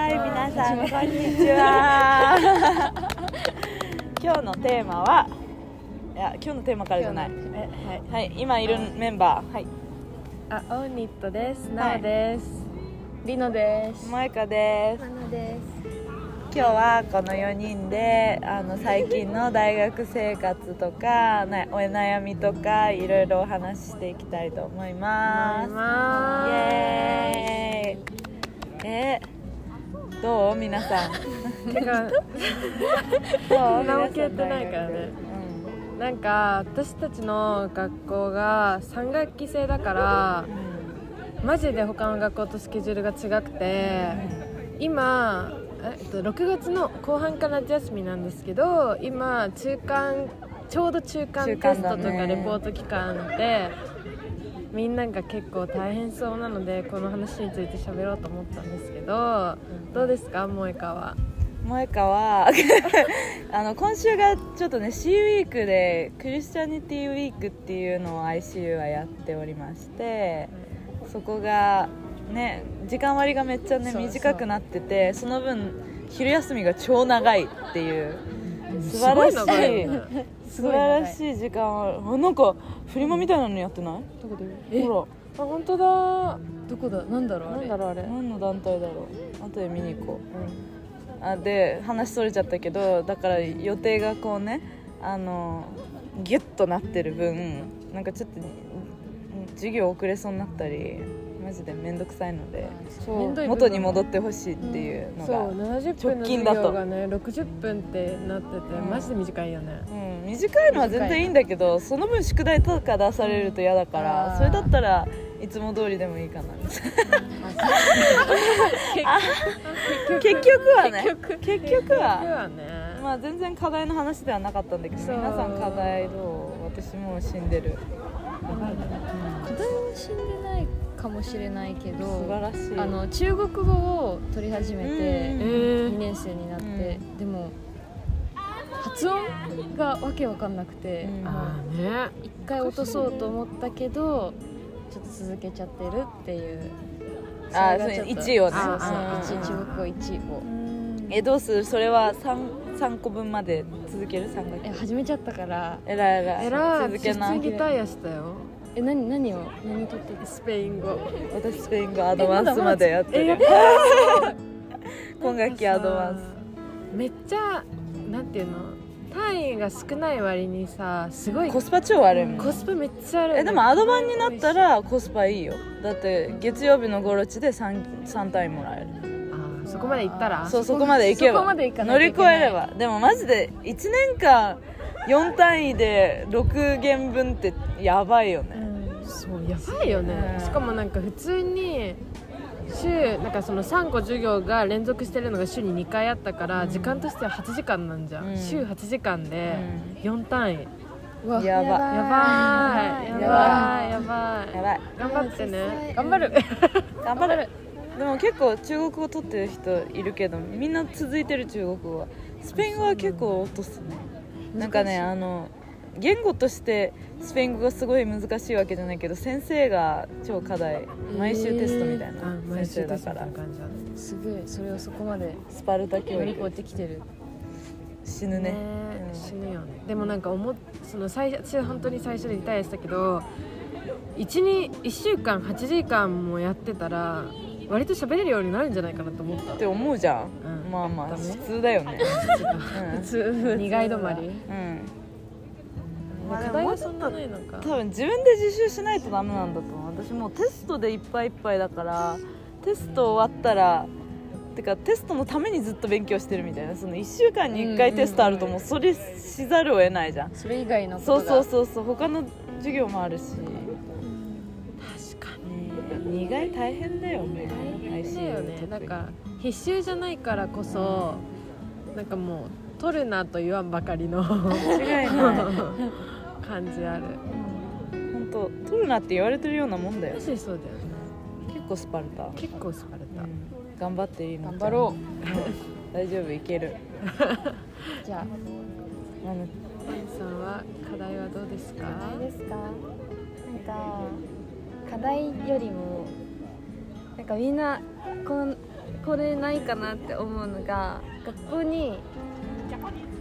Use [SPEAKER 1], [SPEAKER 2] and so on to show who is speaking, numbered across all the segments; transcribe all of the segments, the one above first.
[SPEAKER 1] さんこんにち は今日のテーマはいや今日のテーマからじゃない
[SPEAKER 2] えはい
[SPEAKER 1] はい今いるメンバーはい
[SPEAKER 2] あオーニットです
[SPEAKER 1] は
[SPEAKER 2] なお
[SPEAKER 1] い
[SPEAKER 2] です、りのです
[SPEAKER 1] 萌香です
[SPEAKER 2] なです
[SPEAKER 1] 今日はこの4人であの最近の大学生活とかなお悩みとかいろいろお話ししていきたいと思いますイエーイえどう皆 さん
[SPEAKER 2] ーイてか
[SPEAKER 1] どう
[SPEAKER 2] そんなもん消えてないからねなんか私たちの学校が3学期制だから
[SPEAKER 1] うんうん
[SPEAKER 2] マジで他の学校とスケジュールが違くて今えっと6月の後半から夏休みなんですけど今中間ちょうど中間
[SPEAKER 1] 中
[SPEAKER 2] テ
[SPEAKER 1] 間
[SPEAKER 2] ス
[SPEAKER 1] だ
[SPEAKER 2] ト
[SPEAKER 1] ね
[SPEAKER 2] とかレポート期間で、みんなが結構大変そうなのでこの話について喋ろうと思ったんですけどどうですか萌香は
[SPEAKER 1] 萌香は あの今週がちょっとね C ウィークでクリスチャニティウィークっていうのを ICU はやっておりましてそこがね時間割がめっちゃね
[SPEAKER 2] そうそう
[SPEAKER 1] 短くなっててその分昼休みが超長いっていう素晴らしい
[SPEAKER 2] すごい長いねす
[SPEAKER 1] 素
[SPEAKER 2] ごい
[SPEAKER 1] 晴
[SPEAKER 2] 長い
[SPEAKER 1] らしい時間をあなんかフリマみたいなのやってない
[SPEAKER 2] どこでえあ
[SPEAKER 1] ほ
[SPEAKER 2] 本当だ
[SPEAKER 3] どこだなんだろうあ
[SPEAKER 2] な
[SPEAKER 3] れ
[SPEAKER 2] んだろうあ
[SPEAKER 1] ら
[SPEAKER 2] れ
[SPEAKER 1] 何の団体だろう後で見に行こうあで話それちゃったけどだから予定がこうねあのギュッとなってる分なんかちょっとうん授業遅れそうになったりマジで面倒くさいので
[SPEAKER 2] そう
[SPEAKER 3] 面倒い部分
[SPEAKER 1] 元に戻ってほしいっていうの
[SPEAKER 2] そ
[SPEAKER 1] が、
[SPEAKER 2] う70分の
[SPEAKER 1] 直近
[SPEAKER 2] 授
[SPEAKER 1] だと
[SPEAKER 2] 業がね60分ってなってて、
[SPEAKER 1] ん
[SPEAKER 2] マジで短いよね
[SPEAKER 1] うん、短いのは全然いいんだけどその分宿題とか出されると嫌だから、
[SPEAKER 3] あー
[SPEAKER 1] それだったらいつも通りでもいいかな結局はね結局は
[SPEAKER 2] 今日はね、
[SPEAKER 1] まあ全然課題の話ではなかったんだけど
[SPEAKER 2] そう
[SPEAKER 1] 皆さん課題どう私もう死んでる
[SPEAKER 3] 課題は死んでないかもしれないけど
[SPEAKER 1] 素晴らしい
[SPEAKER 3] あの中国語を取り始
[SPEAKER 1] うん
[SPEAKER 3] めて
[SPEAKER 2] え
[SPEAKER 3] 2
[SPEAKER 2] ー、
[SPEAKER 3] 年生になって、
[SPEAKER 1] う
[SPEAKER 3] でも発音がわけわかんなくて
[SPEAKER 1] うん
[SPEAKER 2] あーね
[SPEAKER 3] 一回落とそうと思ったけどちょっと続けちゃってるっていう
[SPEAKER 1] あー
[SPEAKER 3] れがちょっと
[SPEAKER 1] そう一をね
[SPEAKER 3] そうそう
[SPEAKER 1] あー
[SPEAKER 3] 一中国語1を
[SPEAKER 1] えどうするそれは 3, 三個分まで続ける3学
[SPEAKER 3] え
[SPEAKER 1] 期
[SPEAKER 3] 始めちゃったから
[SPEAKER 1] えらいえらい
[SPEAKER 2] えらい
[SPEAKER 1] 続けな
[SPEAKER 2] 普通にタイヤしたよ
[SPEAKER 3] え何何を何取ってた
[SPEAKER 2] スペイン語
[SPEAKER 1] 私スペイン語アドバンスまでやってる、今学期アドバンス
[SPEAKER 2] スめっちゃなんていうの単位が少ない割にさすごい
[SPEAKER 1] コ
[SPEAKER 2] コ
[SPEAKER 1] スパ超悪いもん
[SPEAKER 2] スパめっちゃあるよね
[SPEAKER 1] えでもアドバンになったらコスパいいよだって月曜日のゴロチで 3, 3単位もらえる
[SPEAKER 2] あーそこまで行ったら
[SPEAKER 1] そうそこまでいけば
[SPEAKER 3] そこまで行かな
[SPEAKER 1] 乗
[SPEAKER 3] きゃ
[SPEAKER 1] り
[SPEAKER 3] い
[SPEAKER 1] 越
[SPEAKER 3] けない
[SPEAKER 1] えればでもマジで1年間4単位で6元分ってやばいよね、
[SPEAKER 2] そうやばいよね
[SPEAKER 1] うん
[SPEAKER 2] しかもなんか普通に週なんかその3個授業が連続してるのが週に2回あったから、
[SPEAKER 1] うん
[SPEAKER 2] 時間としては8時間なんじゃん、
[SPEAKER 1] うん
[SPEAKER 2] 週8時間で
[SPEAKER 1] うん
[SPEAKER 2] 4単位、
[SPEAKER 3] うわ
[SPEAKER 1] やば
[SPEAKER 2] やばい
[SPEAKER 3] やば
[SPEAKER 2] や
[SPEAKER 3] い
[SPEAKER 2] ばいやばい
[SPEAKER 1] やばい
[SPEAKER 2] 頑張ってね
[SPEAKER 3] 実際
[SPEAKER 2] 頑張る
[SPEAKER 1] 頑張るでも結構中国語取ってる人いるけどみんな続いてる中国語はスペイン語は結構落とすねなんかねあの言語としてスペイン語がすごい難しいわけじゃないけど先生が超課題毎週テストみたい
[SPEAKER 2] あ
[SPEAKER 1] な
[SPEAKER 2] 毎
[SPEAKER 1] 先
[SPEAKER 2] 週
[SPEAKER 1] 生
[SPEAKER 2] テ
[SPEAKER 1] だ
[SPEAKER 2] スト
[SPEAKER 1] か
[SPEAKER 2] みた
[SPEAKER 1] ら
[SPEAKER 2] いな感じだね
[SPEAKER 3] すごいそれをそこまで
[SPEAKER 1] スパルタ教
[SPEAKER 3] 乗り越え
[SPEAKER 1] 育
[SPEAKER 3] てきてる
[SPEAKER 1] 死ぬ
[SPEAKER 2] ね
[SPEAKER 1] ねうん
[SPEAKER 2] 死ぬよねでもなんか思っその最初私本当に最初にリタイアしたけど 1, 1週間8時間もやってたら割と喋れるようになるんじゃないかなと思った
[SPEAKER 1] って思うじゃん、
[SPEAKER 2] うん
[SPEAKER 1] まあまあ
[SPEAKER 2] ダメ
[SPEAKER 1] 普通だよね
[SPEAKER 2] 普通2階止まり
[SPEAKER 1] うん、うんまあ
[SPEAKER 2] 課題はそんなないのか
[SPEAKER 1] 多分自分で自習しないとダメなんだと思う私もうテストでいっぱいいっぱいだからテスト終わったらてかテストのためにずっと勉強してるみたいなその1週間に1回テストあるともうそれしざるを得ないじゃん
[SPEAKER 3] それ以外のこ
[SPEAKER 1] そ
[SPEAKER 3] と
[SPEAKER 1] う
[SPEAKER 3] が
[SPEAKER 1] そうそうそう他の授業もあるし
[SPEAKER 2] 確か
[SPEAKER 1] 苦い大変だよね
[SPEAKER 2] にそうだよね
[SPEAKER 1] ICU
[SPEAKER 2] なんか必修じゃないからこそなんかもう取るなと言わんばかりの
[SPEAKER 1] 間 違いない
[SPEAKER 2] 感じある
[SPEAKER 1] 本当取るなって言われてるようなもんだよ
[SPEAKER 2] マジでそうだよね
[SPEAKER 1] 結構スパルタ、
[SPEAKER 2] 結構スパルタ
[SPEAKER 1] うん頑張っていいの
[SPEAKER 3] 頑張
[SPEAKER 1] う
[SPEAKER 3] ろ
[SPEAKER 1] 大丈夫いける
[SPEAKER 3] じゃあ
[SPEAKER 1] あの
[SPEAKER 2] パンさんは課題はどうですか
[SPEAKER 4] あれですかなんか課題よりもなんかみんなこの
[SPEAKER 3] これないかなって思うのが学校に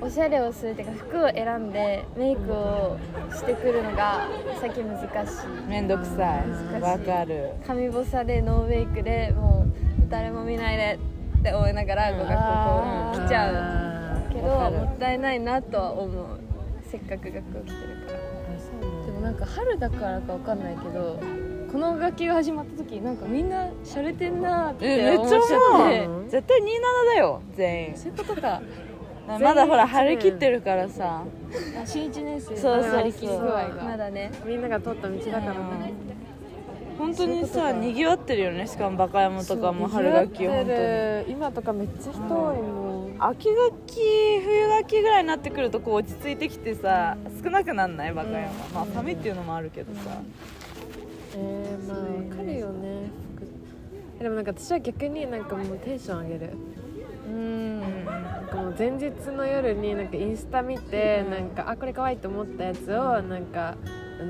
[SPEAKER 3] おしゃれをするっていうか服を選んでメイクをしてくるのが最近難しい
[SPEAKER 1] めんどくさ
[SPEAKER 2] 難し
[SPEAKER 1] い
[SPEAKER 2] い
[SPEAKER 1] わかる
[SPEAKER 3] 髪ぼさでノーメイクでもう誰も見ないでって思いながら
[SPEAKER 1] うん
[SPEAKER 3] 語学校来ちゃう
[SPEAKER 2] ゃう
[SPEAKER 3] けど
[SPEAKER 1] わかる
[SPEAKER 3] もったいないなとは思うせっかく学校来てるから。でもなんか春だからかわかんないけどこの楽器が始まった時なんかみんな洒落てんなーっ
[SPEAKER 1] え
[SPEAKER 3] て
[SPEAKER 1] めっ
[SPEAKER 3] 思っ
[SPEAKER 1] ち
[SPEAKER 3] ち
[SPEAKER 1] ゃ
[SPEAKER 3] ゃっ
[SPEAKER 1] 思
[SPEAKER 3] て
[SPEAKER 1] う絶対27だよ全員
[SPEAKER 3] そういうことか
[SPEAKER 1] まだほら張り切ってるからさ
[SPEAKER 3] あ新1年生
[SPEAKER 1] そうそうそう
[SPEAKER 3] の力具合が
[SPEAKER 2] ま
[SPEAKER 3] まだね
[SPEAKER 2] みんなが通った道だからね
[SPEAKER 1] 本当に
[SPEAKER 3] そういうことか
[SPEAKER 1] さにぎわってるよねしかもバカ山とかも春学期本当に
[SPEAKER 2] 当に今とかめっちゃ人多いもん
[SPEAKER 1] 秋学期冬学期ぐらいになってくるとこう落ち着いてきてさ少なくなんないバカ山まあ寒いっていうのもあるけどさ
[SPEAKER 2] えー、まあわかるよね服でもなんか私は逆になんかもうテンション上げる
[SPEAKER 1] うん
[SPEAKER 2] なんかもう前日の夜になんかインスタ見て
[SPEAKER 1] うん
[SPEAKER 2] なんかあこれ可愛いと思ったやつをなんか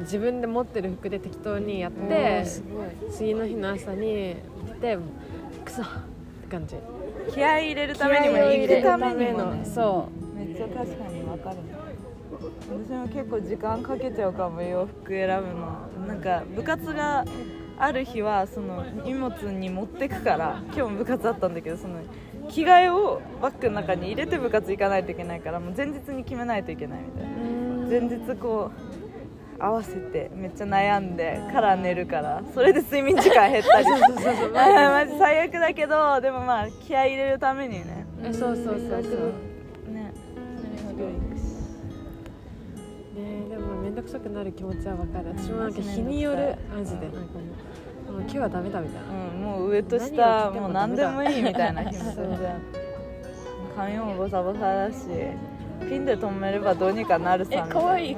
[SPEAKER 2] 自分で持ってる服で適当にやって
[SPEAKER 1] す
[SPEAKER 2] 次の日の朝に着てクソって感じ
[SPEAKER 1] 気合い入れるためにも
[SPEAKER 3] 気合いを入
[SPEAKER 1] 行
[SPEAKER 3] れ
[SPEAKER 1] く
[SPEAKER 3] る
[SPEAKER 1] ためにもね
[SPEAKER 2] そ
[SPEAKER 1] めっちゃ確かにわかるな私も結構時間かけちゃうかも洋服選ぶのなんか部活がある日はその荷物に持ってくから今日も部活あったんだけどその着替えをバッグの中に入れて部活行かないといけないからもう前日に決めないといけないみたいな前日こう合わせてめっちゃ悩んでから寝るからそれで睡眠時間減ったり
[SPEAKER 2] うそうそう
[SPEAKER 1] マジ最悪だけどでもまあ気合い入れるためにね
[SPEAKER 2] えそうそうそうそう
[SPEAKER 1] ね
[SPEAKER 2] ねでも面倒くさくなる気持ちは分かる私もなんか日によるマジでなんかもうもう今日はダメだみたいな
[SPEAKER 1] うん、もう上と下もう何でもいいみたいな気持ち
[SPEAKER 2] そう
[SPEAKER 1] で髪もボサボサだしピンで止めればどうにかなるさみたいな
[SPEAKER 3] 可愛い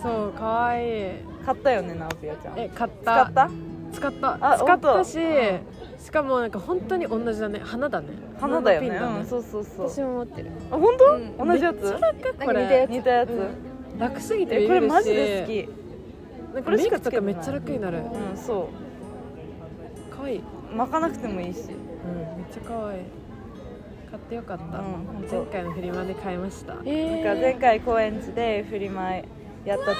[SPEAKER 2] そうかわいい
[SPEAKER 1] 買ったよねなおぴよちゃん
[SPEAKER 2] え買った
[SPEAKER 1] 使った
[SPEAKER 2] 使った
[SPEAKER 1] あ
[SPEAKER 2] 使ったし、
[SPEAKER 1] 本
[SPEAKER 2] しかもなんか本当に同じだね花だね
[SPEAKER 1] 花だよね
[SPEAKER 2] 花のピン
[SPEAKER 1] うんそうそうそう
[SPEAKER 3] 私も持ってる
[SPEAKER 1] あ本当、
[SPEAKER 2] うん
[SPEAKER 1] 同じやつ
[SPEAKER 2] めっちゃ楽
[SPEAKER 3] なん
[SPEAKER 2] こ
[SPEAKER 3] か似た
[SPEAKER 2] れ
[SPEAKER 3] やつ
[SPEAKER 1] 似たやつ、
[SPEAKER 2] うん楽すぎて
[SPEAKER 1] えこれマジで
[SPEAKER 2] き
[SPEAKER 1] 好
[SPEAKER 2] な
[SPEAKER 1] こ
[SPEAKER 2] んか
[SPEAKER 1] れ
[SPEAKER 2] メ
[SPEAKER 1] し
[SPEAKER 2] イ
[SPEAKER 1] か
[SPEAKER 2] ク
[SPEAKER 1] つ
[SPEAKER 2] と
[SPEAKER 1] けて
[SPEAKER 2] か
[SPEAKER 1] ない
[SPEAKER 2] めっちゃ楽にな
[SPEAKER 1] き
[SPEAKER 2] る
[SPEAKER 1] うんそ
[SPEAKER 2] かわいい、
[SPEAKER 1] う巻かなくてもいいし
[SPEAKER 2] うん、めっちゃかわいい買ってよかった、
[SPEAKER 1] うん本当
[SPEAKER 2] 前回のフリマで買いました
[SPEAKER 1] なん
[SPEAKER 3] え
[SPEAKER 1] か前回高円寺でフリマやった時に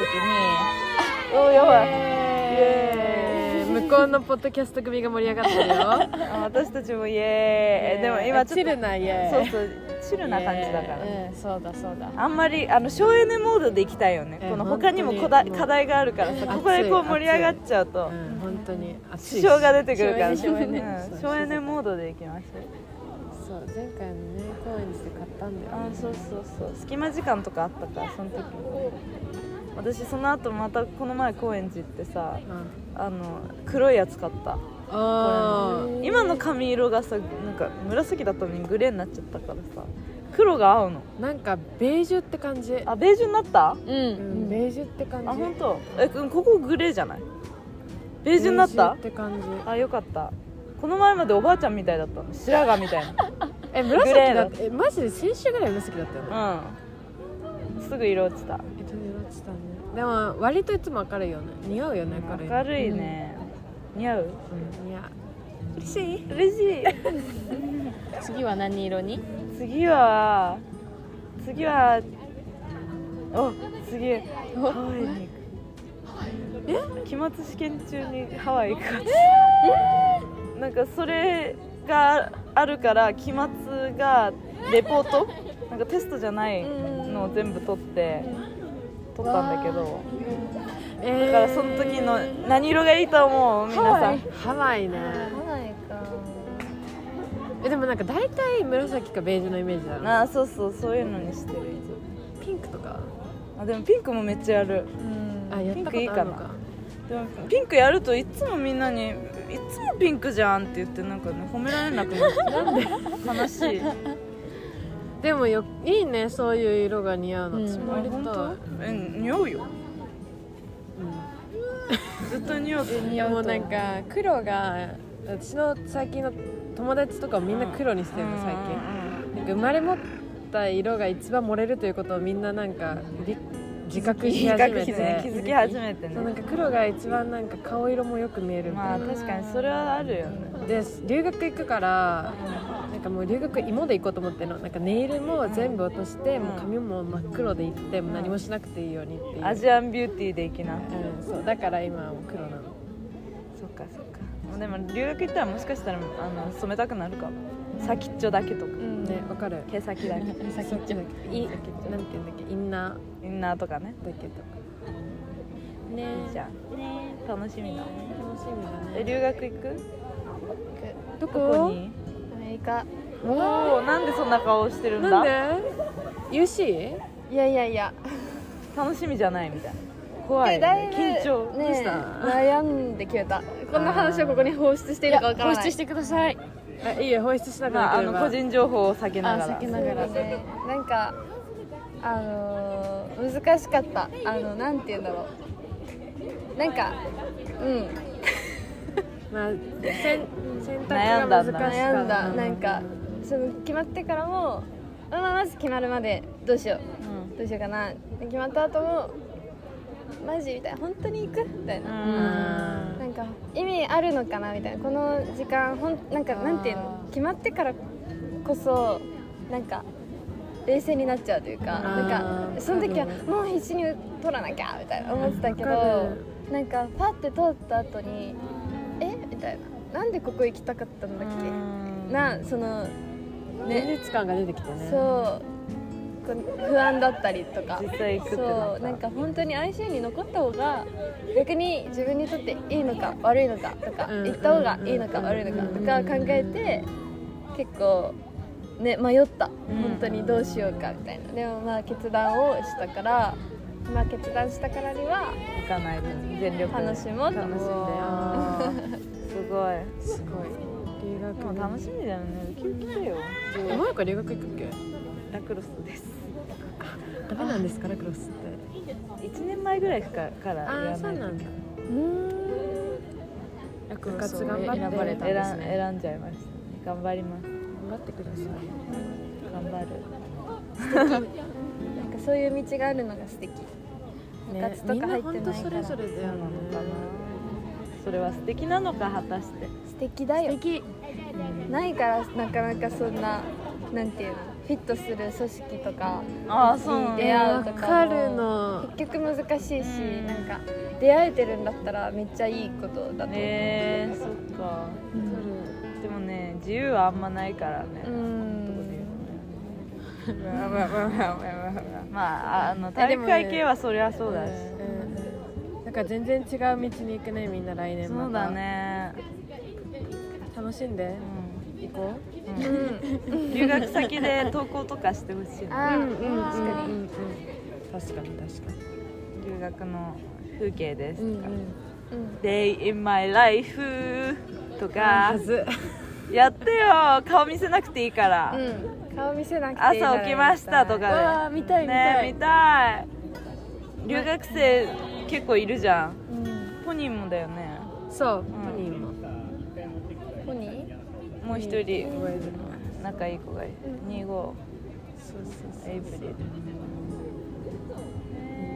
[SPEAKER 1] おやばい
[SPEAKER 2] えー向こうのポッドキャスト組が盛り上がってるよ
[SPEAKER 1] あ私たちもイエーイでも今ちょっと
[SPEAKER 2] チルなイエ
[SPEAKER 1] そ
[SPEAKER 2] ー
[SPEAKER 1] う
[SPEAKER 2] イ
[SPEAKER 1] そうチルな感じだから、
[SPEAKER 3] うんそうだそうだ
[SPEAKER 1] あんまりあの省エネモードで行きたいよね、
[SPEAKER 2] えー
[SPEAKER 1] この他にも
[SPEAKER 2] 本当に
[SPEAKER 1] こだ
[SPEAKER 2] もう
[SPEAKER 1] 課題があるからさここでこう盛り上がっちゃうと
[SPEAKER 2] うん本当に暑
[SPEAKER 1] 支
[SPEAKER 2] いし
[SPEAKER 1] 障が出てくるから
[SPEAKER 3] 省エネ
[SPEAKER 1] うん省エネモードで行きましょう
[SPEAKER 2] そう前回のね高円寺で買ったんだよ、
[SPEAKER 1] あ
[SPEAKER 2] ね、
[SPEAKER 1] そうそうそう隙間時間とかあったからその時に私その後またこの前高円寺行ってさ
[SPEAKER 2] うん
[SPEAKER 1] あの黒いやつ買った
[SPEAKER 2] あー
[SPEAKER 1] 今の髪色がさなんか紫だったのにグレーになっちゃったからさ黒が合うの
[SPEAKER 2] なんかベージュって感じ、
[SPEAKER 1] あベージュになった
[SPEAKER 2] う
[SPEAKER 3] う
[SPEAKER 2] ん、ベージュって感じ
[SPEAKER 1] あ本当。えうんここグレーじゃないベージュになっ
[SPEAKER 2] ベージュ
[SPEAKER 1] た
[SPEAKER 2] って感じ
[SPEAKER 1] あよかったこの前までおばあちゃんみたいだったの白髪みたい
[SPEAKER 2] え
[SPEAKER 1] グレー
[SPEAKER 2] 紫だ
[SPEAKER 1] だ
[SPEAKER 2] ってえマジで先週ぐらい紫だったよね、
[SPEAKER 1] なうんすぐ色落ちた
[SPEAKER 2] えっと色落ちたねでも割といつも明るいよね似合うよね明るい
[SPEAKER 1] 明るいね、似合う
[SPEAKER 2] うん、似合う
[SPEAKER 1] 嬉しい嬉しい
[SPEAKER 3] 次は何色に
[SPEAKER 1] 次は次はお次ハワイに行くえ期末試験中にハワイ行くなんかそれがあるから期末がレポートなんかテストじゃないのを全部取って取ったんだけど
[SPEAKER 2] えー
[SPEAKER 1] だからその時の何色がいいと思う皆さん
[SPEAKER 2] ハワイね
[SPEAKER 3] ワイか
[SPEAKER 2] えでもなんか大体紫かベージュのイメージだな
[SPEAKER 1] ああそうそうそういうのにしてるいつも
[SPEAKER 2] ピンクとか
[SPEAKER 1] あでもピンクもめっちゃやる
[SPEAKER 3] うん
[SPEAKER 2] あやったことあるの
[SPEAKER 1] ピンクいいか
[SPEAKER 2] か
[SPEAKER 1] でもピンクやるといつもみんなに「いつもピンクじゃん」って言ってなんかね褒められなくなっちゃうなんで悲しい
[SPEAKER 2] でもよいいねそういう色が似合うの、
[SPEAKER 3] うん
[SPEAKER 2] 私も割と、う
[SPEAKER 1] 本
[SPEAKER 2] ん
[SPEAKER 1] 当え似合うよ絶対似合うと思う
[SPEAKER 2] でもなんか黒が私の最近の友達とかをみんな黒にしてるの最近、なんか生まれ持った色が一番漏れるということをみんななんか理自覚し始め
[SPEAKER 1] 気
[SPEAKER 2] て
[SPEAKER 3] 自覚
[SPEAKER 1] づき始めてね
[SPEAKER 2] そうなんか黒が一番なんか顔色もよく見えるみたいな
[SPEAKER 1] まあ確かにそれはあるよね
[SPEAKER 2] で留学行くからなんかもう留学芋で行こうと思ってんのなんかネイルも全部落として、
[SPEAKER 1] うん
[SPEAKER 2] もう髪も真っ黒で行ってもう何もしなくていいようにっていう
[SPEAKER 1] アジアンビューティーでいきな
[SPEAKER 2] うん、そうだから今はもう黒なの
[SPEAKER 1] そっかそっかでも留学行ったらもしかしたらあの染めたくなるかも先っちょだけとか
[SPEAKER 3] うん
[SPEAKER 2] ねわかる
[SPEAKER 1] 毛先 だけ
[SPEAKER 3] 先っちょ
[SPEAKER 2] いな
[SPEAKER 3] だ
[SPEAKER 2] んて言うんだっけインナ
[SPEAKER 1] インナーとかね
[SPEAKER 2] ーだけとかね
[SPEAKER 1] いいじゃん楽しみだ
[SPEAKER 2] 楽しみだ
[SPEAKER 1] え
[SPEAKER 2] ね
[SPEAKER 1] 留学行く
[SPEAKER 2] ど
[SPEAKER 1] どこに
[SPEAKER 3] アメリカ
[SPEAKER 1] おおなんでそんな顔してるんだ
[SPEAKER 2] なんで UC?
[SPEAKER 3] いやいやいや
[SPEAKER 1] 楽しみじゃないみたいな怖いよね、緊張、
[SPEAKER 3] ね
[SPEAKER 2] どうした
[SPEAKER 3] 悩んで決めたこんな話をここに放出していいのかわからない
[SPEAKER 4] 放出してください
[SPEAKER 2] あいいよ放出しなく
[SPEAKER 1] まあ、
[SPEAKER 2] な
[SPEAKER 1] あ
[SPEAKER 2] け
[SPEAKER 1] の
[SPEAKER 2] れば、
[SPEAKER 1] 個人情報を避けな
[SPEAKER 3] あ
[SPEAKER 1] がら
[SPEAKER 3] 避けながらねなんかあのー難しかったあのなんて言うんだろうなんかうん
[SPEAKER 2] まあ、選選択
[SPEAKER 1] 悩んだん
[SPEAKER 2] が難し
[SPEAKER 1] だ
[SPEAKER 2] かった
[SPEAKER 3] 悩んだなんかその決まってからもまあまあまず決まるまでどうしよ
[SPEAKER 1] うん
[SPEAKER 3] うどうしようかな決まった後もマジみたいな本当に行くみたいな、
[SPEAKER 1] うん
[SPEAKER 3] なんか意味あるのかなみたいなこの時間ほんなんか
[SPEAKER 2] あー
[SPEAKER 3] なんていうの決まってからこそなんか冷静になっちゃうというか
[SPEAKER 2] あー
[SPEAKER 3] なんかその時は
[SPEAKER 2] わかる
[SPEAKER 3] もう必死に取らなきゃみたいな思ってたけ
[SPEAKER 2] わか
[SPEAKER 3] ど
[SPEAKER 2] る
[SPEAKER 3] なんかパッて通った後にえみたいななんでここ行きたかったんだっけなそのね
[SPEAKER 2] 現実感が出てきてね
[SPEAKER 3] そうこう不安だったりとか
[SPEAKER 1] 実際行くってな
[SPEAKER 3] そ
[SPEAKER 1] った
[SPEAKER 3] うなんか本当に ICU に残った方が逆に自分にとっていいのか悪いのかとか
[SPEAKER 2] うん
[SPEAKER 3] 行った方がいいのか悪いのかとか考えて結構ね迷った
[SPEAKER 1] うん
[SPEAKER 3] 本当にどうしようかみたいなでもまあ決断をしたからまあ決断したからには
[SPEAKER 1] 行かないで全力で
[SPEAKER 3] 楽しもう
[SPEAKER 1] 楽しんで
[SPEAKER 3] と
[SPEAKER 1] よ
[SPEAKER 2] あ
[SPEAKER 1] すごい
[SPEAKER 2] ーすごい留
[SPEAKER 1] でも
[SPEAKER 2] 学
[SPEAKER 1] 楽しみだよねウキウキだよ
[SPEAKER 2] え萌香留学行くっけ
[SPEAKER 1] ラクロスです
[SPEAKER 2] ダメなんですかラクロスって
[SPEAKER 1] 1年前ぐらいかから
[SPEAKER 2] ああーそうなんだラクロスを
[SPEAKER 4] 部活頑張って
[SPEAKER 2] 選ばれたんですね
[SPEAKER 1] 選んじゃいました頑張ります
[SPEAKER 2] 頑張ってください
[SPEAKER 1] 頑張る
[SPEAKER 3] なんかそういう道があるのが素敵部活とか入
[SPEAKER 2] みん
[SPEAKER 3] って
[SPEAKER 2] ない
[SPEAKER 3] なか
[SPEAKER 2] 本
[SPEAKER 3] ら
[SPEAKER 2] 当それぞれだよね
[SPEAKER 1] それは素敵なのか果たして
[SPEAKER 3] 素敵だよないからなかなかそんななんていうのフィットする組織とか
[SPEAKER 1] ああそうなん
[SPEAKER 3] 出
[SPEAKER 2] え
[SPEAKER 1] だ
[SPEAKER 3] 会う
[SPEAKER 2] わ
[SPEAKER 3] とかも
[SPEAKER 2] かるの
[SPEAKER 3] 結局難しいし、
[SPEAKER 1] うん
[SPEAKER 3] なんか出会えてるんだったらめっちゃいいことだと思う、
[SPEAKER 1] えー、そっかでもね自由はあんまないからねと
[SPEAKER 3] う
[SPEAKER 1] こで言
[SPEAKER 3] ん
[SPEAKER 1] うとねまあまあまあまあまあまあまあまああの体育会系はそりゃそうだし
[SPEAKER 2] うんなんか全然違う道に行くねみんな来年また
[SPEAKER 1] そうだね
[SPEAKER 2] 楽しんで
[SPEAKER 1] う
[SPEAKER 2] 行こ
[SPEAKER 1] んうん留学先で登校とかしてほしいね
[SPEAKER 2] う
[SPEAKER 3] あー、確かに、
[SPEAKER 2] に確かに確かに
[SPEAKER 1] 留学の風景です
[SPEAKER 2] うん
[SPEAKER 1] とか
[SPEAKER 2] うん
[SPEAKER 3] うん
[SPEAKER 1] 「Day in my life」とか
[SPEAKER 2] はず
[SPEAKER 1] やってよ顔見せなくていいから、
[SPEAKER 3] うん顔見せなくていいなら
[SPEAKER 1] 朝起きましたと
[SPEAKER 3] うわ
[SPEAKER 1] か
[SPEAKER 3] ー見た
[SPEAKER 1] で
[SPEAKER 3] い見
[SPEAKER 1] ね
[SPEAKER 3] た
[SPEAKER 1] え
[SPEAKER 3] い、
[SPEAKER 1] 見たい留学生結構いるじゃん
[SPEAKER 3] うん、
[SPEAKER 1] ポニーもだよね
[SPEAKER 2] そうポニーも
[SPEAKER 3] ポニー
[SPEAKER 1] もう一人
[SPEAKER 2] 覚えても
[SPEAKER 1] 仲いい子がいる25
[SPEAKER 2] そうそう
[SPEAKER 1] エイプリル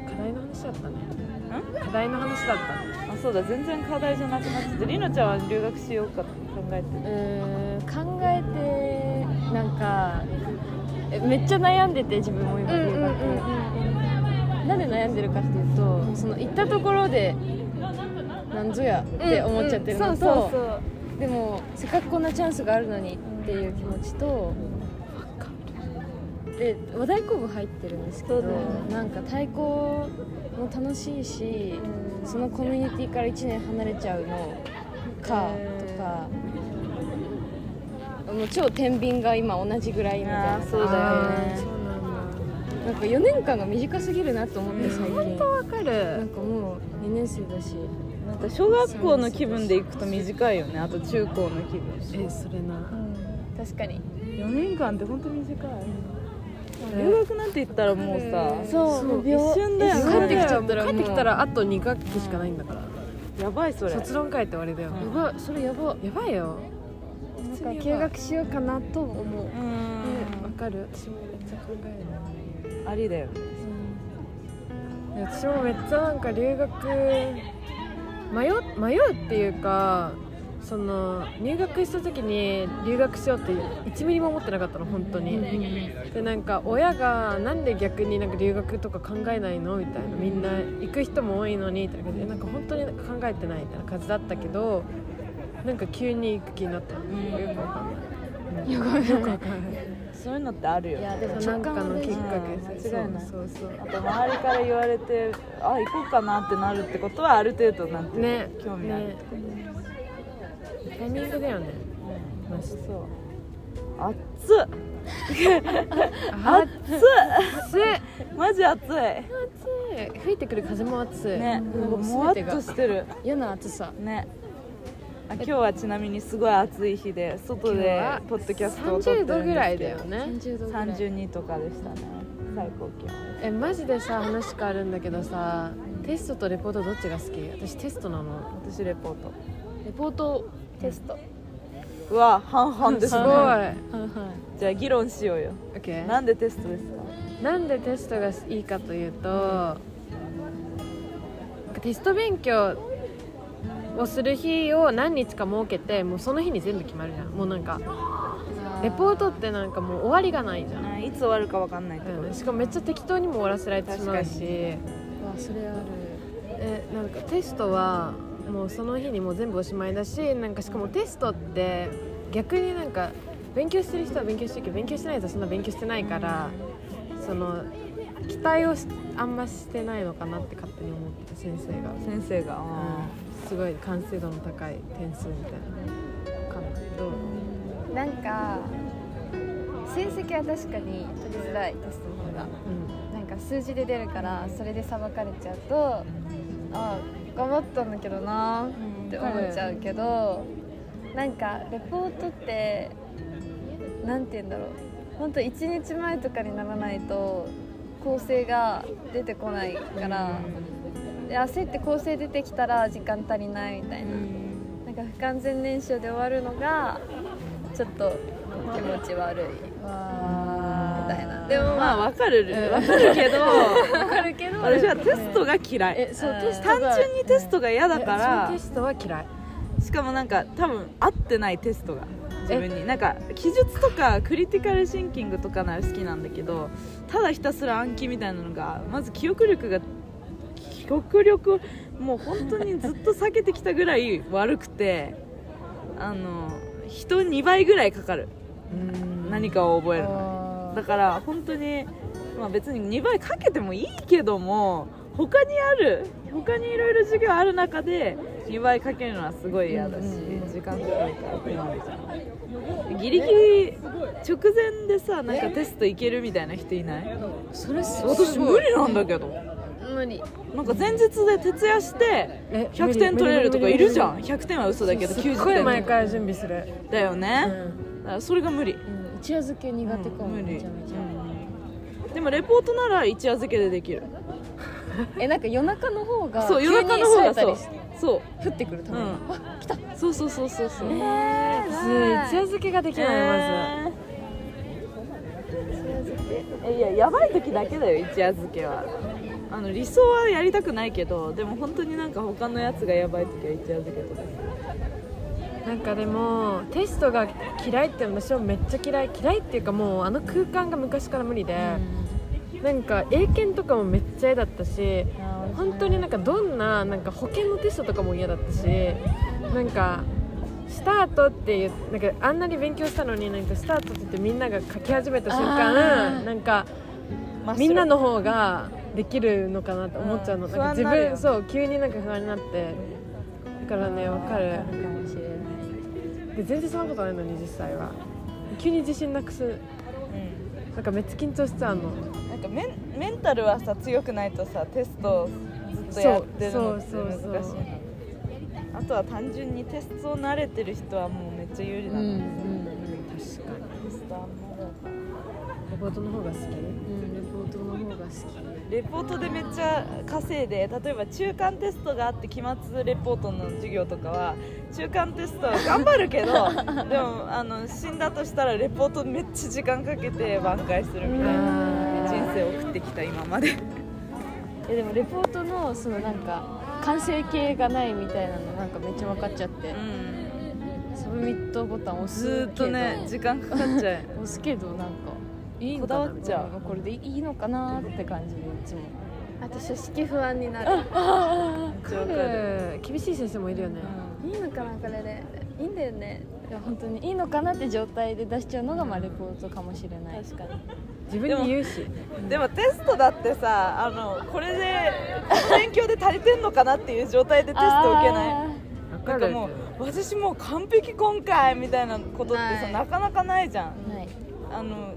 [SPEAKER 2] 課題の話だったね課題の話だったね
[SPEAKER 1] あそうだ全然課題じゃなくなっちゃってりのちゃんは留学しようかって考えて
[SPEAKER 4] うーん考えてなんかえめっちゃ悩んでて自分も今
[SPEAKER 3] うんうん
[SPEAKER 4] 留
[SPEAKER 3] うん
[SPEAKER 4] 学、なんで悩んでるかっていうとその行ったところでなんぞやっ
[SPEAKER 3] うん
[SPEAKER 4] て思っちゃってる
[SPEAKER 3] う
[SPEAKER 4] の
[SPEAKER 3] んそうそう
[SPEAKER 4] と
[SPEAKER 3] そう
[SPEAKER 4] でもせっかくこんなチャンスがあるのにっていう気持ちとで和太鼓部入ってるんですけど、
[SPEAKER 3] そうだよね
[SPEAKER 4] なんか太鼓も楽しいし、そのコミュニティから1年離れちゃうのかとか、もう超天秤が今同じぐらいみたい
[SPEAKER 1] あ
[SPEAKER 4] な
[SPEAKER 1] ーそうだよね
[SPEAKER 2] あーそうなんだ
[SPEAKER 4] なんか4年間が短すぎるなと思って最近、
[SPEAKER 2] わか
[SPEAKER 4] なん
[SPEAKER 2] る
[SPEAKER 4] かもう2年生だし
[SPEAKER 1] なんか小学校の気分で行くと短いよねあと中高の気分
[SPEAKER 2] えそれ
[SPEAKER 3] う
[SPEAKER 2] なん
[SPEAKER 3] 確かに
[SPEAKER 1] 4年間って本当短い留学なんて言ったらもうさ
[SPEAKER 4] そう
[SPEAKER 2] そう
[SPEAKER 4] 秒
[SPEAKER 1] 一瞬だよね
[SPEAKER 4] 帰ってきちゃったら
[SPEAKER 2] 帰
[SPEAKER 4] もう
[SPEAKER 2] ってきたらあと2学期しかないんだから
[SPEAKER 1] やばいそれ
[SPEAKER 2] 卒論会って終わりだよ
[SPEAKER 4] やばいそれやば
[SPEAKER 2] やばいよ
[SPEAKER 3] なんか休学しようかなと思う
[SPEAKER 1] うーん
[SPEAKER 2] わかる私もめっちゃ考える
[SPEAKER 1] ありだよね
[SPEAKER 4] あ
[SPEAKER 2] や私もめっちゃなんか留学迷う迷うっていうかその入学した時に留学しようって1ミリも思ってなかったの本当に、でなんか親がなんで逆になんか留学とか考えないのみたいなみんな行く人も多いのにってなんかなんか本当に考えてないみたいな感じだったけどなんか急に行く気になったのよくわかんない、よくわかんない
[SPEAKER 1] そういうのってあるよ
[SPEAKER 4] いやでも
[SPEAKER 2] そうなん
[SPEAKER 4] 直
[SPEAKER 2] か
[SPEAKER 4] 感は
[SPEAKER 2] の
[SPEAKER 4] 大
[SPEAKER 2] きっ
[SPEAKER 4] 事
[SPEAKER 2] かけです
[SPEAKER 1] 間違いない
[SPEAKER 2] そうそう
[SPEAKER 1] あと周りから言われてあ行こうかなってなるってことはある程度なんていうの
[SPEAKER 2] ね
[SPEAKER 1] 興味ある
[SPEAKER 2] ねタイミングだよねマジで
[SPEAKER 1] そう熱っ
[SPEAKER 2] あ
[SPEAKER 1] 熱
[SPEAKER 2] 暑い
[SPEAKER 1] っマジ熱い
[SPEAKER 2] 吹いてくる風も暑い
[SPEAKER 1] ね
[SPEAKER 2] もう
[SPEAKER 1] もわっ
[SPEAKER 2] 全てが
[SPEAKER 1] としてる
[SPEAKER 4] 嫌な暑さ
[SPEAKER 1] ねあ今日はちなみにすごい暑い日で外
[SPEAKER 2] 今日
[SPEAKER 1] で
[SPEAKER 2] は
[SPEAKER 1] ポッドキャストを撮ってる
[SPEAKER 2] 30
[SPEAKER 1] んですけど
[SPEAKER 2] 度ぐらいだよね
[SPEAKER 4] 30度ぐらい
[SPEAKER 1] 32とかでしたね最高気温
[SPEAKER 2] えマジでさ話変わるんだけどさテストとレポートどっちが好き私テストなの
[SPEAKER 1] 私レポート
[SPEAKER 4] レポートテスト
[SPEAKER 1] うわ半々ですす
[SPEAKER 2] ごい
[SPEAKER 1] ね
[SPEAKER 4] はいはい
[SPEAKER 1] じゃあ議論しようよ
[SPEAKER 2] OK
[SPEAKER 1] なんでテストですか
[SPEAKER 2] なんでテストがいいかというと、なんかテスト勉強をする日を何日か設けてもうその日に全部決まるじゃんもうなんかレポートってなんかもう終わりがないじゃん、
[SPEAKER 1] あいつ終わるかわかんないってこと
[SPEAKER 2] うんしかもめっちゃ適当にも終わらせられてしまう
[SPEAKER 1] 確
[SPEAKER 2] し
[SPEAKER 1] か
[SPEAKER 4] わそれある
[SPEAKER 2] えなんかテストはもうその日にもう全部おしまいだしなんかしかもテストって逆になんか勉強してる人は勉強してるけど勉強してない人はそんな勉強してないからその期待をしあんましてないのかなって勝手に思ってた先生が、
[SPEAKER 1] 先生があ
[SPEAKER 2] すごい完成度の高い点数みたいなのかなどう
[SPEAKER 3] なんか成績は確かに取りづらいテストの方が
[SPEAKER 2] うん
[SPEAKER 3] なんか数字で出るからそれで裁かれちゃうとあ頑張ったんだけどなって思っちゃうけどなんかレポートってなんて言うんだろうほんと1日前とかにならないと構成が出てこないからで焦って構成出てきたら時間足りないみたいななんか不完全燃焼で終わるのがちょっと気持ち悪いみたいなでも
[SPEAKER 1] あ
[SPEAKER 3] ま
[SPEAKER 1] まあ
[SPEAKER 3] あ
[SPEAKER 1] わかるわかるけ ど
[SPEAKER 3] わかるけど
[SPEAKER 1] 私はテストが嫌い
[SPEAKER 4] えそう
[SPEAKER 3] うん
[SPEAKER 4] テスト
[SPEAKER 1] 単
[SPEAKER 4] が
[SPEAKER 1] 純にテストが嫌だか
[SPEAKER 2] えその
[SPEAKER 1] ら
[SPEAKER 2] テストは嫌い
[SPEAKER 1] しかもなんか多分合ってないテストが自分になんか記述とかクリティカルシンキングとかなら好きなんだけどただひたすら暗記みたいなのがまず記憶力が記憶力をもう本当にずっと避けてきたぐらい悪くてあの人2倍ぐらいかかる何かを覚えるの
[SPEAKER 4] あ
[SPEAKER 1] だから本当にまあ別に2倍かけてもいいけども他にある他にいろいろ授業ある中で2倍かけるのはすごい嫌だし、時間かかるからってなるじゃんギリギリ直前でさなんかテストいけるみたいな人いない
[SPEAKER 4] ーそれす
[SPEAKER 1] 私無理なんだけど
[SPEAKER 4] 無理
[SPEAKER 1] なんか前日で徹夜して
[SPEAKER 2] え
[SPEAKER 1] 100点取れるとかいるじゃん
[SPEAKER 2] 無理無理無理無理
[SPEAKER 1] 100点は嘘だけど
[SPEAKER 2] すっごい
[SPEAKER 1] 90
[SPEAKER 2] 前
[SPEAKER 1] 点
[SPEAKER 2] から準備する、
[SPEAKER 1] だよ
[SPEAKER 2] う
[SPEAKER 1] ね、
[SPEAKER 2] ん
[SPEAKER 1] だからそれが無理
[SPEAKER 4] うん一夜漬け苦手かも
[SPEAKER 1] 無理
[SPEAKER 4] めちゃめちゃ
[SPEAKER 1] うんでもレポートなら一夜漬けでできる
[SPEAKER 4] えなんか夜中の方が
[SPEAKER 1] そう夜中の方がそうそう
[SPEAKER 4] 降ってくるた
[SPEAKER 1] う
[SPEAKER 4] め
[SPEAKER 1] んそうそうそうそうそう
[SPEAKER 2] えー、私一夜漬けができない、まず
[SPEAKER 1] えいややばい時だけだよ一夜漬けはあの理想はやりたくないけどでも本当になんか他のやつがやばい時は一夜漬けとか
[SPEAKER 2] なんかでもテストが嫌いって私はめっちゃ嫌い嫌いっていうかもうあの空間が昔から無理で、なんか英検とかもめっちゃ嫌だったし本当になんかどんななんか保険のテストとかも嫌だったしなんかスタートっていうなんかあんなに勉強したのになんかスタートって言ってみんなが書き始めた瞬間なんかみんなの方ができるのかなって思っちゃうの、
[SPEAKER 1] うん
[SPEAKER 2] なんか自
[SPEAKER 1] 不安になるよ
[SPEAKER 2] 分そう急になんか不安になってだからねわかる
[SPEAKER 4] かもしれない
[SPEAKER 2] で全然そんなことないのに実際は急に自信なくすなんかめっちゃ緊張しちゃうの
[SPEAKER 1] なんかメンメンタルはさ強くないとさテストずっとやってるのって
[SPEAKER 2] そう
[SPEAKER 1] 難しい
[SPEAKER 2] そう
[SPEAKER 1] な
[SPEAKER 2] そう
[SPEAKER 1] あとは単純にテスト慣れてる人はもうめっちゃ有利なの、
[SPEAKER 2] 確かに
[SPEAKER 1] テストあんまだから
[SPEAKER 2] レポートの方が好き
[SPEAKER 4] うんレポートの方が好き
[SPEAKER 1] レポートでめっちゃ稼いで例えば中間テストがあって期末レポートの授業とかは中間テストは頑張るけ どでもあの死んだとしたらレポートめっちゃ時間かけて挽回するみたいな人生を送ってきた今まで
[SPEAKER 4] やでもレポートのそのなんか完成形がないみたいなのなんかめっちゃ分かっちゃって、
[SPEAKER 1] うん
[SPEAKER 4] サブミットボタン押す
[SPEAKER 1] ずーっとね時間かかっちゃう
[SPEAKER 4] 押すけどなんかいい
[SPEAKER 1] こだわっちゃう
[SPEAKER 4] これでいいのかなって感じでいつも
[SPEAKER 3] 私式不安になる
[SPEAKER 1] めっちゃわかる
[SPEAKER 2] 彼厳しい先生もいるよね、
[SPEAKER 3] いいのかなこれでいいんだよね
[SPEAKER 4] いや本当にいいのかなって状態で出しちゃうのがまあレポートかもしれない
[SPEAKER 1] 確かに
[SPEAKER 2] 自分で言うし
[SPEAKER 1] でもテストだってさあのこれでこの勉強で足りてんのかなっていう状態でテスト受けない
[SPEAKER 2] 分か
[SPEAKER 1] なんか
[SPEAKER 2] る
[SPEAKER 1] もう私もう完璧今回みたいなことってさ
[SPEAKER 3] ない
[SPEAKER 1] なかなかないじゃん
[SPEAKER 4] いない
[SPEAKER 1] あの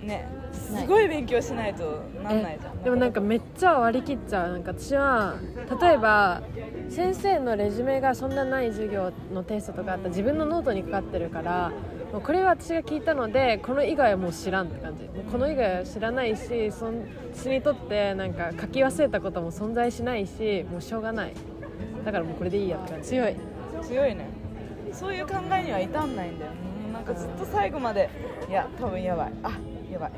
[SPEAKER 1] ねすごい勉強しないとなんないじゃん
[SPEAKER 2] でもなんかめっちゃ割り切っちゃうなんか私は例えば先生のレジュメがそんなない授業のテストとかあったら自分のノートにかかってるからもうこれは私が聞いたのでこの以外はもう知らんって感じもうこの以外は知らないしそん私にとってなんか書き忘れたことも存在しないしもうしょうがないだからもうこれでいいやって感じ
[SPEAKER 4] 強い
[SPEAKER 1] 強いねそういう考えには至んないんだようんなんかずっと最後までいや多分やばいあやばい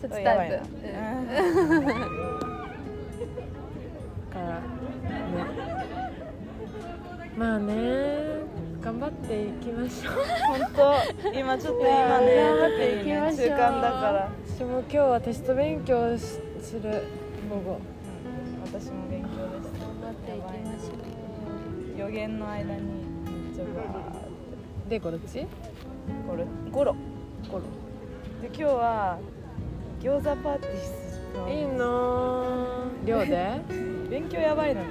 [SPEAKER 3] そっ
[SPEAKER 1] やば
[SPEAKER 3] ちタ
[SPEAKER 1] い
[SPEAKER 3] イ
[SPEAKER 1] な
[SPEAKER 3] プ、
[SPEAKER 1] うん
[SPEAKER 2] だからねまあね頑張っていきましょう
[SPEAKER 1] 本当今ちょっと今
[SPEAKER 4] い
[SPEAKER 1] ね
[SPEAKER 4] や
[SPEAKER 1] 特にね
[SPEAKER 4] ー頑張っていきましょう
[SPEAKER 1] 中間だから
[SPEAKER 2] 私も今日はテスト勉強しする午後
[SPEAKER 1] 私も勉強です
[SPEAKER 3] 頑張っていきましょ
[SPEAKER 1] 予言の間にめっちゃバーって
[SPEAKER 2] でこっち
[SPEAKER 1] これゴロゴロで今日は餃子パーティーす
[SPEAKER 2] いい
[SPEAKER 1] る
[SPEAKER 2] の寮で
[SPEAKER 1] 勉強やばいのよ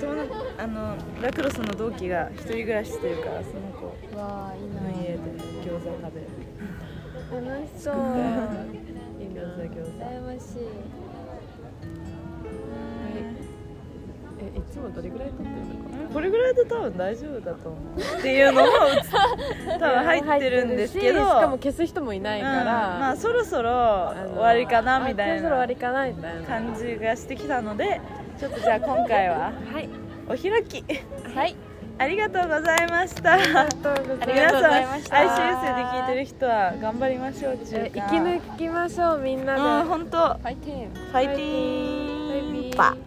[SPEAKER 1] 友達あのラクロスの同期が一人暮らししてるからその子
[SPEAKER 3] うわあいい
[SPEAKER 1] の家で餃子食べる
[SPEAKER 3] 楽しそう
[SPEAKER 1] いい餃子餃子
[SPEAKER 3] 羨ましい
[SPEAKER 2] えいつもどれぐらい撮ってるのか
[SPEAKER 1] これぐらいで多分大丈夫だと思うっていうのも多分入ってるんですけど
[SPEAKER 2] しかも消す人もいない
[SPEAKER 1] うん
[SPEAKER 2] から、
[SPEAKER 1] まあそろそろ
[SPEAKER 2] あの
[SPEAKER 1] 終わりかなみた
[SPEAKER 2] あ
[SPEAKER 1] い
[SPEAKER 2] そろそろ終わ
[SPEAKER 1] な
[SPEAKER 2] りかなみたいな
[SPEAKER 1] 感じがしてきたのでちょっとじゃあ今回は
[SPEAKER 2] はい
[SPEAKER 1] お開き
[SPEAKER 4] はい
[SPEAKER 1] ありがとうございました
[SPEAKER 2] ありがとうござ
[SPEAKER 1] 皆
[SPEAKER 2] います
[SPEAKER 1] さん
[SPEAKER 4] ざいました
[SPEAKER 1] ICS で聞いてる人は頑張りましょう中
[SPEAKER 2] え
[SPEAKER 1] 華
[SPEAKER 2] 生き抜きましょうみんなで、
[SPEAKER 1] うん本当フ
[SPEAKER 4] ファイティーン
[SPEAKER 1] ァイティーン
[SPEAKER 2] バイビー
[SPEAKER 1] パー